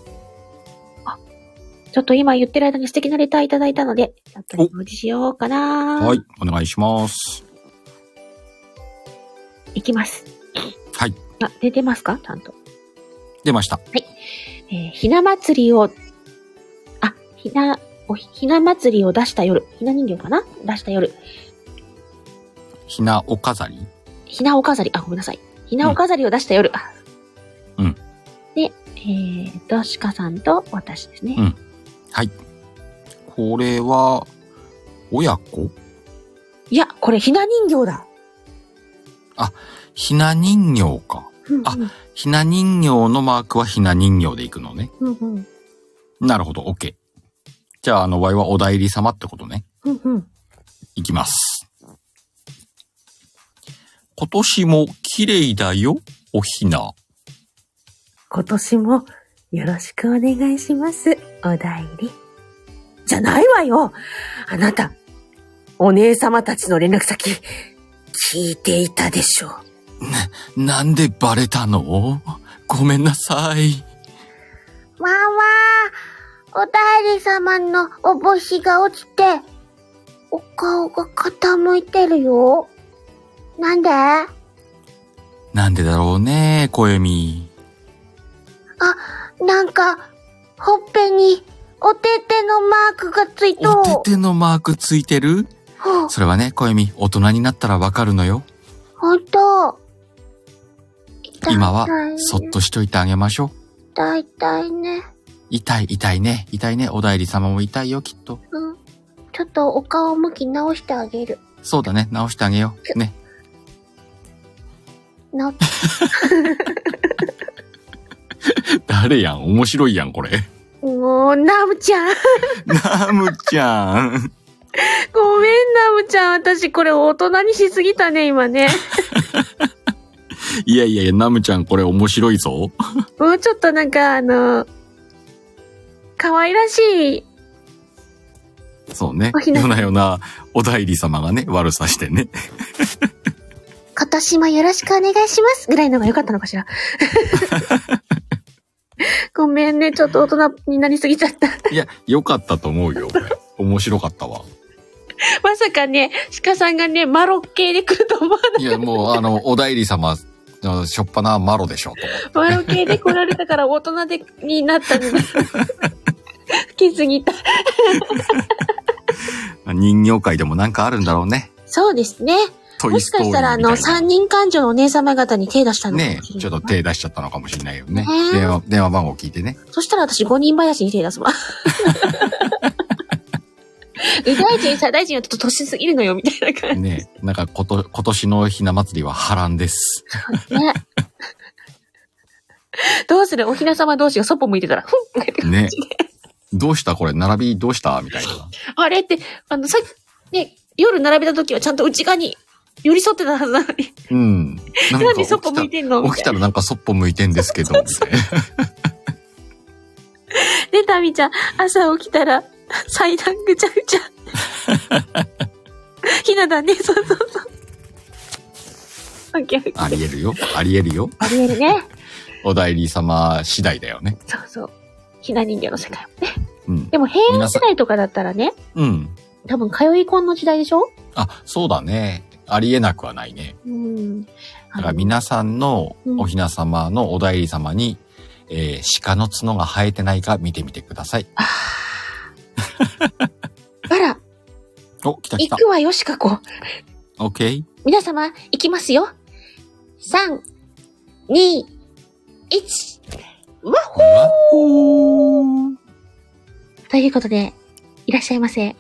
S1: ちょっと今言ってる間に素敵なレターいただいたので、ちょっと
S2: お
S1: 表示しようかな。
S2: はい。お願いします。
S1: いきます。
S2: はい。
S1: あ、出てますかちゃんと。
S2: 出ました。
S1: えーひな祭りを、あ、ひな、おひひな祭りを出した夜、ひな人形かな出した夜、
S2: ひなお飾り
S1: ひなお飾り、あ、ごめんなさい。ひなお飾りを出した夜。あ
S2: うん。
S1: で、えーと、シカさんと私ですね。
S2: うんはい。これは、親子
S1: いや、これひな人形だ。
S2: ひな人形か。
S1: うん
S2: あひな人形のマークはひな人形でいくのね。
S1: うんうん。
S2: なるほど、OK。じゃあ、あの、ワイはお代理様ってことね。
S1: うんうん。
S2: いきます。今年も綺麗だよ、おひな。
S1: 今年もよろしくお願いします。お代理。じゃないわよあなた、お姉様たちの連絡先、聞いていたでしょう。
S2: なんでバレたのごめんなさい。
S3: わーわー、おだいり様のお星が落ちて、お顔が傾いてるよ。なんであ、
S2: なんでだろうね、小読み。
S3: なんか、ほっぺに、おててのマークがついと
S2: お
S3: う。
S2: ててのマークついてる
S3: ほう
S2: それはね、小読み、大人になったらわかるのよ。
S3: ほんと。
S2: 今は
S3: 痛いね、
S2: そっとしといてあげましょう。
S3: 痛い痛いね。
S2: 痛い、痛いね。痛いね。お代理様も痛いよ、きっと。
S3: うん。ちょっとお顔向き直してあげる。
S2: そうだね。直してあげよう。ね。
S3: 直っ
S2: 誰やん面白いやん、これ。
S1: もう、ナムちゃん。
S2: ナムちゃ
S1: ご
S2: ん。
S1: めん、ナムちゃん。私、これ大人にしすぎたね、今 ね。
S2: いやいやいや、ナムちゃん、これ面白いぞ。
S1: もうちょっとなんか、あの、可愛らしい。
S2: そうね
S1: お。ひな
S2: 夜な夜な、お代理様がね、悪さしてね。
S3: 今年もよろしくお願いします。
S1: ぐらいのが良かったのかし ら。ごめんね、ちょっと大人になりすぎちゃった。
S2: いや、良かったと思うよ、これ。面白かったわ。
S1: まさかね、鹿さんがね、マロッ系で来ると思わない
S2: や、もう、あの、お代理様、のしょっぱなマロでしょ、と思って。
S1: マロ系で来られたから大人でになった のに。吹きすぎた。
S2: 人形界でもなんかあるんだろうね。
S1: そうですね。
S2: ト
S1: も
S2: イ
S1: し
S2: ストー
S1: か
S2: リー
S1: し
S2: み
S1: たら、あの、
S2: たい
S1: 三
S2: な。
S1: 人感情のお姉様方に手出したのかもしれ
S2: ね
S1: ない
S2: え、ちょっと手出しちゃったのかもしれないよね。
S3: ねえ
S2: 電話、電話番号聞いてね。
S1: そしたら私五人林に手出すわ。 右大臣、左大臣はちょっと年すぎるのよ、みたいな感
S2: ねえ、なんかこと、今年のひな祭りは波乱です。
S1: じ。ね。どうするおひな様同士がそっぽ向いてたら、ふんって
S2: ねえ。どうしたこれ、並びどうしたみたいな。
S1: あれって、あの、さっき、ね、夜並べた時はちゃんと内側に寄り添ってたはずなのに、
S2: うん。なん
S1: なん
S2: か
S1: でそっぽ向いてんのみ
S2: 起きたらなんかそっぽ向いてんですけど、みたいな。
S1: で、タミちゃん、朝起きたら、祭壇ぐちゃぐちゃ。 ひなだね、そうそうそう。オッケーオッケー
S2: ありえるよ。ありえるよ。
S1: ありえるね。
S2: お代理様次第だよね。
S1: そうそう。ひな人形の世界もね。
S2: うん。
S1: でも平安時代とかだったらね、
S2: うん。
S1: 多分通い婚の時代でしょ
S2: あ、そうだね。ありえなくはないね。
S1: うん。
S2: だから皆さんのおひな様のお代理様に、えー鹿の角が生えてないか見てみてください。
S1: あら、
S2: お、来た 来
S1: 行
S2: た。
S1: くわよ、シカ子。
S2: オッケー。
S1: 皆様、行きますよ。3、2、1。わっほ
S2: わほー
S1: ということで、いらっしゃいませ。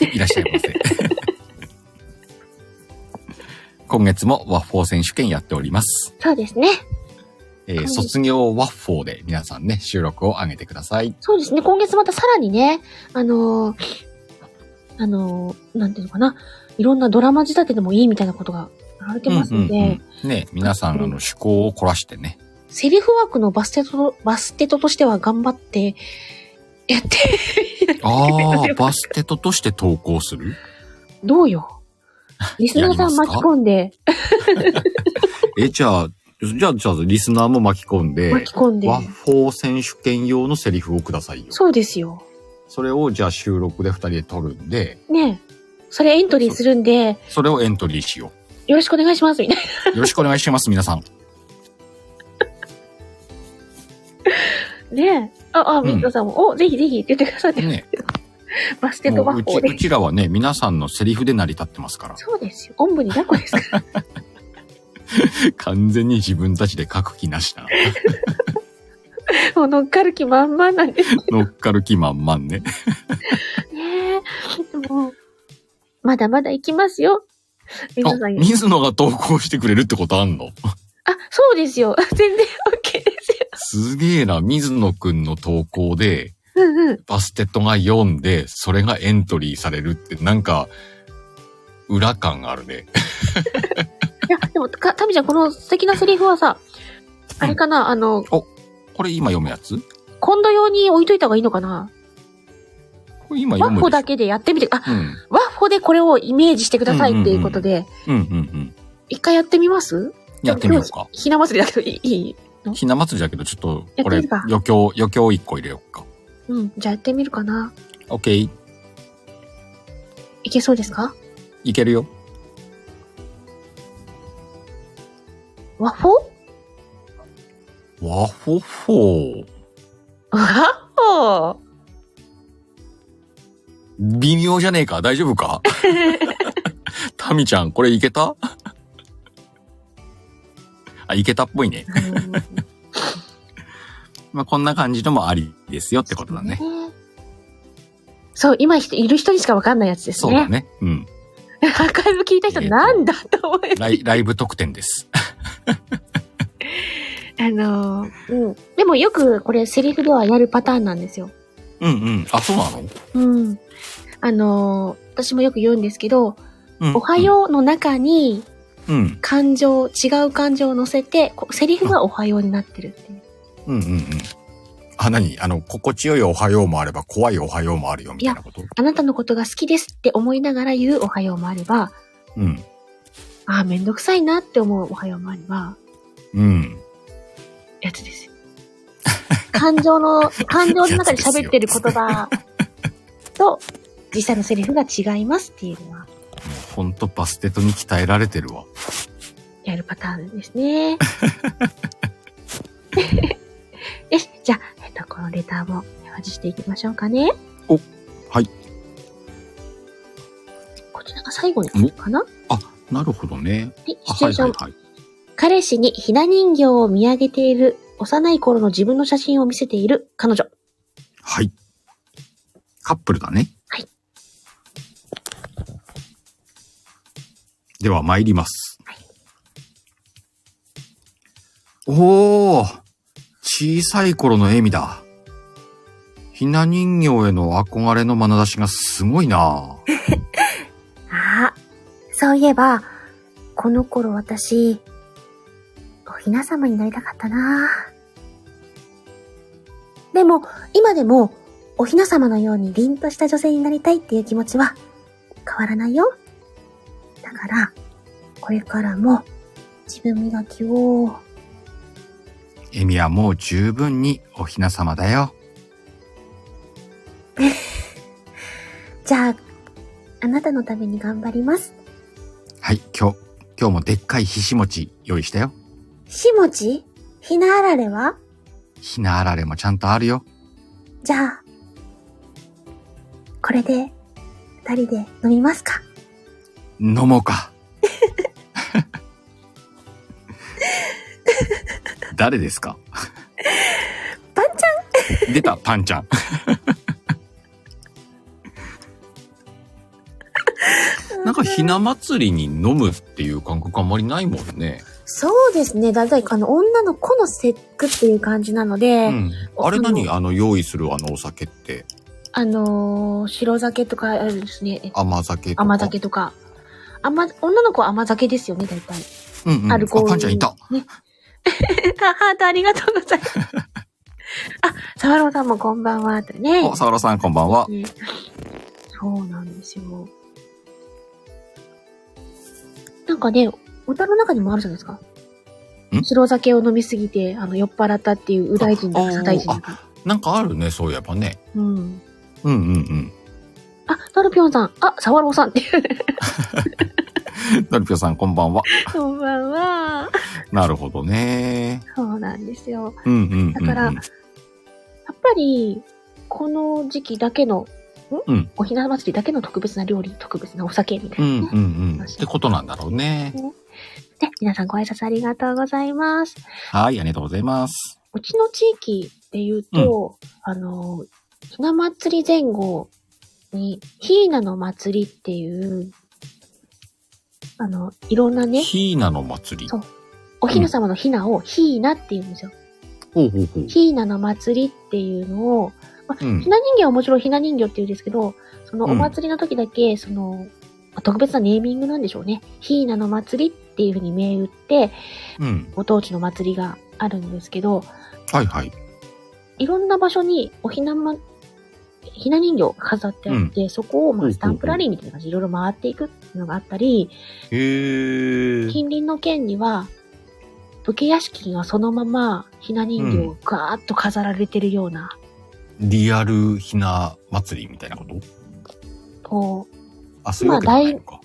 S2: いらっしゃいませ。 今月もワッフォー選手権やっております。
S1: そうですね。
S2: えー
S1: はい
S2: 卒業ワッフォーで皆さんね、収録を上げてください。
S1: そうですね、今月またさらにね、あのーあのーなんていうのかな、いろんなドラマ仕立てでもいいみたいなことがやられてますので、
S2: うん。ね、皆さん、あの、趣向を凝らしてね。
S1: セリフ枠のバステト、バステトとしては頑張って、やって、
S2: ああ、 バステトとして投稿 する
S1: どうよ。リスナーさ
S2: やり
S1: ん
S2: ます
S1: 巻
S2: か
S1: き込んで、
S2: え、じゃあ、じゃあ、じゃあ、リスナーも巻き込んで、
S1: 巻き込んで。
S2: ワッフォー選手権用のセリフをくださいよ。
S1: そうですよ。
S2: それをじゃあ収録で二人で撮るんで、
S1: ねえ。それエントリーするんで、
S2: それをエントリーしよ
S1: よろしくお願いします、みたいな。
S2: う。よろしくお願いします、 皆さん。
S1: ねえ。あ、あ、ミントさんも、お、ぜひぜひって言ってくださって、
S2: ね。
S1: バスケット
S2: も
S1: 魔
S2: うう
S1: 法
S2: ち、
S1: で
S2: う。ちらはね、皆さんのセリフで成り立ってますから。
S1: そうですよ。おんぶに抱っこですから。
S2: 完全に自分たちで書く気 なしな。
S1: もう乗っかる気満々なんです
S2: 乗っかる気満々ね。
S1: ね。でも、まだまだ行きますよ。皆さ
S2: あ、
S1: んに。
S2: 水野が投稿してくれるってことあんの
S1: あ、そうですよ。 全然 OK ですよ。
S2: すげえな、水野くんの投稿で、
S1: うんうん。
S2: バステットが読んで、それがエントリーされるって、なんか、裏感があるね。
S1: いや、でも、か、タミちゃん、この素敵なセリフはさ、あれかな、あの、
S2: これ今読むやつ
S1: 今度用に置いといた方がいいのかな
S2: これ今
S1: ワ
S2: 読
S1: ッ
S2: む
S1: ホ
S2: で
S1: だ
S2: し
S1: けでやってみて、あ、
S2: ょ。うん。
S1: ワッホでこれをイメージしてくださいっていうことで、
S2: うんうんうん。
S1: 一回やってみます
S2: やってみようか。
S1: ひな祭りだけど、いい、いい。
S2: ひな祭りだけど、ちょっと、こ
S1: やって
S2: れ
S1: みるか、
S2: 余興、余興一個入れようか。
S1: うん、じゃあやってみるかな。
S2: オッケー。
S1: いけそうですか
S2: いけるよ。
S1: ワッホ
S2: わほほー。
S1: ワッホー
S2: 微妙じゃねえか大丈 夫かタミちゃん、これいけたあ、いけたっぽいね。 まあ、こんな感じのもありですよってことだね。
S1: そう、今いる人にしかわかんないやつです
S2: そうだ
S1: ね。
S2: ね。うん。
S1: アーカイブ聞いた人
S2: えーと
S1: なんだと思え
S2: ライライブ特典です。
S1: あのーうん。でもよくこれセリフではやるパターンなんですよ。
S2: うんうん。あ、そうなの
S1: うん。あのー私もよく言うんですけど、
S2: うん。
S1: おはようの中に
S2: う。うん。
S1: 感情、違う感情を乗せて、こセリフがおはようになってるっていう。
S2: うんうんうん。あ、なにあの、心地よいおはようもあれば、怖いおはようもあるよ、みたいなこと
S1: あなたのことが好きですって思いながら言うおはようもあれば、
S2: うん。
S1: ああ、めんどくさいなって思うおはようもあれば、
S2: うん。
S1: やつですよ。感情 の、感情の中で喋ってる言葉と、実際のセリフが違いますっていうのは、
S2: もうほんとバステトに鍛えられてるわ。
S1: やるパターンです ね。よし、じゃあ、えっと、このレターも外していきましょうかね。
S2: おはい。
S1: こちらが最後になるかなは
S2: なるほどね。
S1: い、
S2: あ
S1: シチュエーション。
S2: はい。
S1: 彼氏にひな人形を見上げている、幼い頃の自分の写真を見せている彼女。
S2: はい。カップルだね。
S1: はい。
S2: では参ります。おお小さい頃のエミだ。ひな人形への憧れの眼差しがすごいな。
S1: ああ、そういえば、この頃私、おひな様になりたかったな。でも、今でも、おひな様のように凛とした女性になりたいっていう気持ちは変わらないよ。だから、これからも自分磨きを。
S2: エミはもう十分におひな様だよ。
S1: じゃあ、あなたのために頑張ります。
S2: はい、今日、今日もでっかいひし餅用意したよ。
S1: しもちひなあられは
S2: ひなあられもちゃんとあるよ。
S1: じゃあ、これで、二人で飲みますか
S2: 飲もうか。誰ですか
S1: パンちゃん
S2: 出た、パンちゃん。なんかひな祭りに飲むっていう感覚あんまりないもんね。
S1: そうですね。だいたい、あの、女の子の節句っていう感じなので、
S2: うん。あれ何あの、用意するあのお酒って。
S1: あのー白酒とかあるんですね。え
S2: 甘酒とか。
S1: 甘酒とか。甘、女の子は甘酒ですよね、だいたい。
S2: うん、うん。
S1: アルコール
S2: あ、パンちゃんいた。
S1: ね。あハートありがとうございます。あ、サワローさんもこんばんは、とね。
S2: お、サワラさんこんばんは。
S1: ねそうなんですよ。なんかね、歌の中にもあるじゃないですか
S2: ん。
S1: 白酒を飲みすぎて、あの、酔っ払ったっていう右大臣だか
S2: あ
S1: 左大臣だか。
S2: なんかあるね、そういえばね。
S1: うん。
S2: うんうん
S1: あ、ドルピョンさん。あ、サワローさんっていう。
S2: うん。のりぴょさんこんばんは。
S1: こんばんは。
S2: なるほどね。
S1: そうなんですよ。
S2: うんうんうん、うん。
S1: だからやっぱり、この時期だけの、ん
S2: うん
S1: おひな祭りだけの特別な料理、特別なお酒みた
S2: う
S1: い
S2: ん
S1: な、ね
S2: うんうん。ってことなんだろうね。
S1: で、皆さんご挨拶ありがとうございます。
S2: はい、ありがとうございます。
S1: うちの地域で言うと、あの、ひな祭り前後に、ひいなの祭りっていう、あの、いろんなね、
S2: ひーなの祭り。
S1: そうおひな様のひなをひいなって言うんですよ。
S2: ほうほうほう。
S1: ひいなの祭りっていうのを、
S2: うん
S1: ひ。な人形はもちろんひな人形って言うんですけど、その
S2: うん
S1: お祭りの時だけ、その、まあ特別なネーミングなんでしょうね。ひいなの祭りっていうふうに銘打って、
S2: うん。
S1: ご当地の祭りがあるんですけど、
S2: はいはい。
S1: いろんな場所におひなま、ひな人形が飾ってあって、そこをま
S2: うん
S1: あ
S2: うんうん
S1: スタンプラリーみたいな感じでいろいろ回っていくっていうのがあったり、
S2: へー。
S1: 近隣の県には、武家屋敷がそのままひな人形をガーッと飾られてるような、
S2: リアルひな祭りみたいなこと
S1: こう、
S2: あ、そういうわけじゃないのか。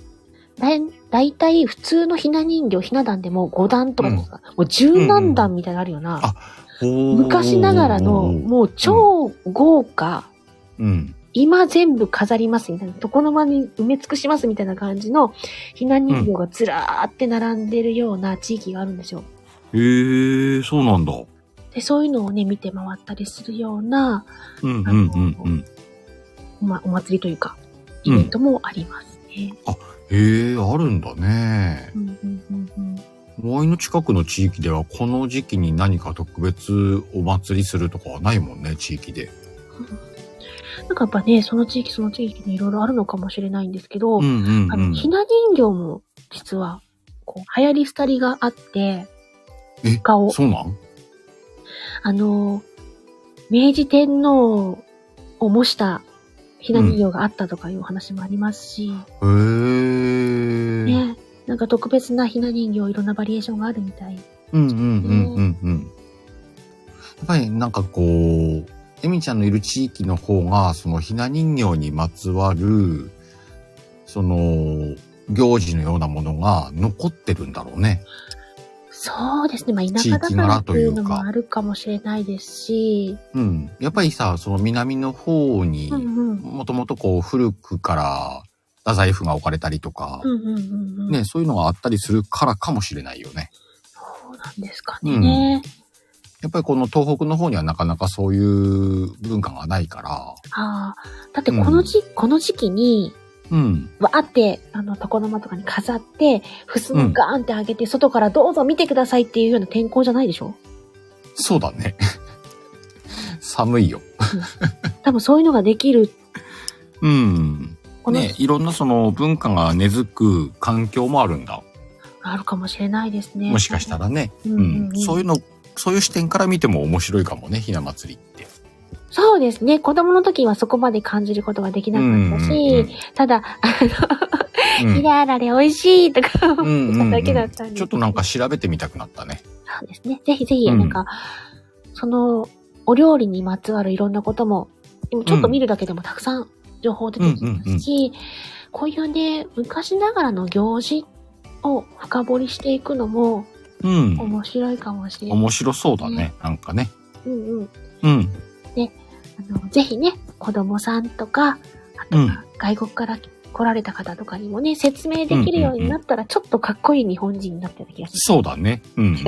S1: だい、だいたい普通のひな人形、ひな壇でも5段とかとか、もう10何段みたいなのあるような、
S2: あほー
S1: 昔ながらの、もう超豪華、
S2: うん。
S1: 今全部飾りますみたいな、床の間に埋め尽くしますみたいな感じの、ひな人形がずらーって並んでるような地域があるんですよ。
S2: へー、そうなんだ。
S1: で、そういうのをね、見て回ったりするような、
S2: うんうんうんうん。
S1: まあ、お祭りというか、イベントもありますね。
S2: へえ、あるんだね。
S1: うんうんうんうん
S2: ワイの近くの地域ではこの時期に何か特別お祭りするとかはないもんね、地域で。
S1: なんかやっぱね、その地域その地域にいろいろあるのかもしれないんですけど、
S2: ん
S1: あの、ひな人形も、実は、こう、流行り廃りがあって
S2: え、
S1: 顔、
S2: そうなん
S1: あの、明治天皇を模したひな人形があったとかいうお話もありますし、
S2: へえ。
S1: ね、なんか特別なひな人形いろんなバリエーションがあるみたい。
S2: うんうんうんうんうん。やっぱりなんかこう、エミちゃんのいる地域の方が、そのひな人形にまつわる、その、行事のようなものが残ってるんだろうね。
S1: そうですね。まあ、田舎だ
S2: 地
S1: か
S2: 域な
S1: らっ
S2: ら
S1: て
S2: と
S1: い
S2: いううか
S1: のもあるかもしれないですし、
S2: うん。やっぱりさ、その南の方に、
S1: うんうん。
S2: もともとこう古くから太宰府が置かれたりとか
S1: う、んうんうんうん。
S2: ね、そういうのがあったりするからかもしれないよね。
S1: そうなんですかね。
S2: やっぱりこの東北の方にはなかなかそういう文化がないから、
S1: ああ。だってこのじ、この時期に、
S2: うん。
S1: わーって、あの、床の間とかに飾って、ふすまガーンって上げて、外からどうぞ見てくださいっていうような天候じゃないでしょ
S2: そうだね。 寒いよ。
S1: 多分そういうのができる。
S2: うん。
S1: この、
S2: ね、いろんなその文化が根付く環境もあるんだ。
S1: あるかもしれないですね。
S2: もしかしたらね。
S1: うん
S2: う
S1: うんん。
S2: そう
S1: う
S2: い
S1: ん
S2: うの、そういう視点から見ても面白いかもね、ひな祭りって。
S1: そうですね。子供の時はそこまで感じることができなかったし、ただ、
S2: うん
S1: ひらあられ美味しいとか
S2: うんうん
S1: 思っ
S2: うん
S1: ただけだったんで、
S2: ちょっとなんか調べてみたくなったね。
S1: そうですね。ぜひぜひ、
S2: うん
S1: なんか、その、お料理にまつわるいろんなことも、今ちょっと見るだけでもたくさん情報出てきますし、こういうね、昔ながらの行事を深掘りしていくのも
S2: うん。
S1: 面白いかもしれない。
S2: 面白そうだね、なんかね。
S1: うんうん。
S2: うん。
S1: あの、ぜひね、子供さんとか、あと
S2: うん
S1: は外国から来られた方とかにもね、説明できるようになったら、ちょっとかっこいい日本人になったような気がします。
S2: そうだね。うんうんうん。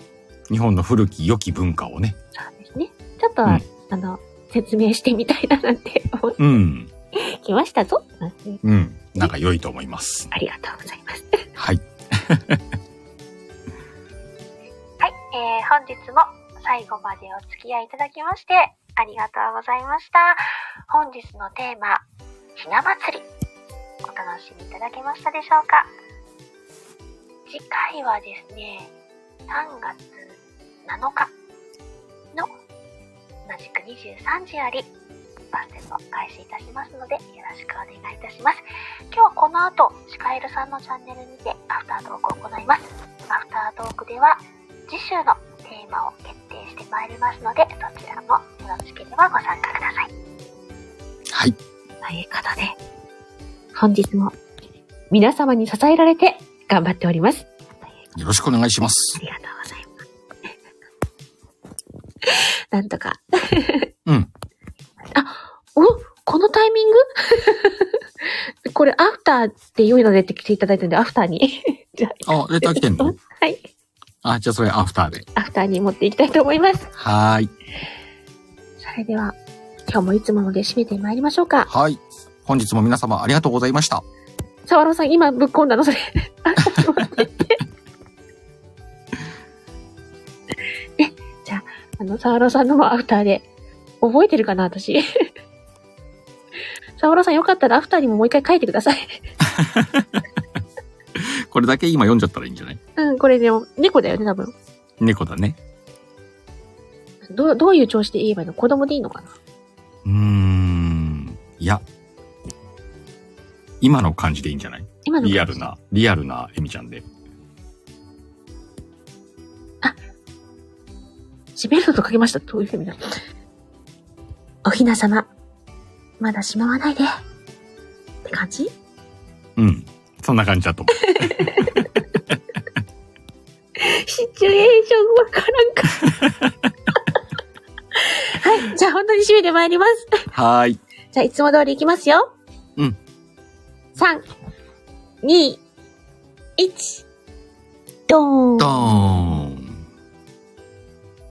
S2: 日本の古き良き文化をね。
S1: そうですね。ちょっと、
S2: うん
S1: あの、説明してみたいななんて 思っ
S2: うん。
S1: てきましたぞ。
S2: うん。なんか良いと思います。
S1: ありがとうございます。
S2: はい。
S4: はい、えー本日も最後までお付き合いいただきまして、ありがとうございました。本日のテーマ、ひな祭り。お楽しみいただけましたでしょうか次回はですね、3月7日の同じく23時より、バステを開始いたしますので、よろしくお願いいたします。今日はこの後、シカエルさんのチャンネルにてアフタートークを行います。アフタートークでは、次週のテーマを決定してまいりますのでそちらもよろしければご参加ください
S2: はい。
S1: ということで、本日も皆様に支えられて頑張っております。
S2: よろしくお願いします
S1: あ。りがとうございます。 なんとか。
S2: うん。
S1: おこのタイミング これ、アフターって良いのでって来ていただいたんで、アフターに。じゃ
S2: あ、レター来てん
S1: あ、
S2: の
S1: はい。
S2: あ、じゃあそれアフターで。
S1: アフターに持っていきたいと思います。
S2: はーい。
S1: それでは、今日もいつもので締めてまいりましょうか。
S2: はい。本日も皆様ありがとうございました。
S1: サワロさん、今ぶっ込んだのそれ。 あちょっと待って。 え、じゃあ、あの、サワロさんのもアフターで、覚えてるかな、私。 サワロさん、よかったらアフターにももう一回書いてください。
S2: これだけ今読んじゃったらいいんじゃない
S1: うん、これでも、猫だよね、多分。
S2: 猫だね。
S1: どう、どういう調子で言えばいいの子供でいいのかな
S2: うーん。いや。今の感じでいいんじゃない
S1: 今の。
S2: リアル。な、リアルなエミちゃんで。
S1: 閉めるのと書きました。どういう意味だおひな様、まだしまわないで。って感じ
S2: うん。そんな感じだと思う。
S1: シチュエーションわからんか。 はい。じゃあ本当に締めてまいります。
S2: はーい。
S1: じゃあいつも通りいきますよ。
S2: うん。
S1: 3、2、1。
S5: ドーン
S2: ドーン。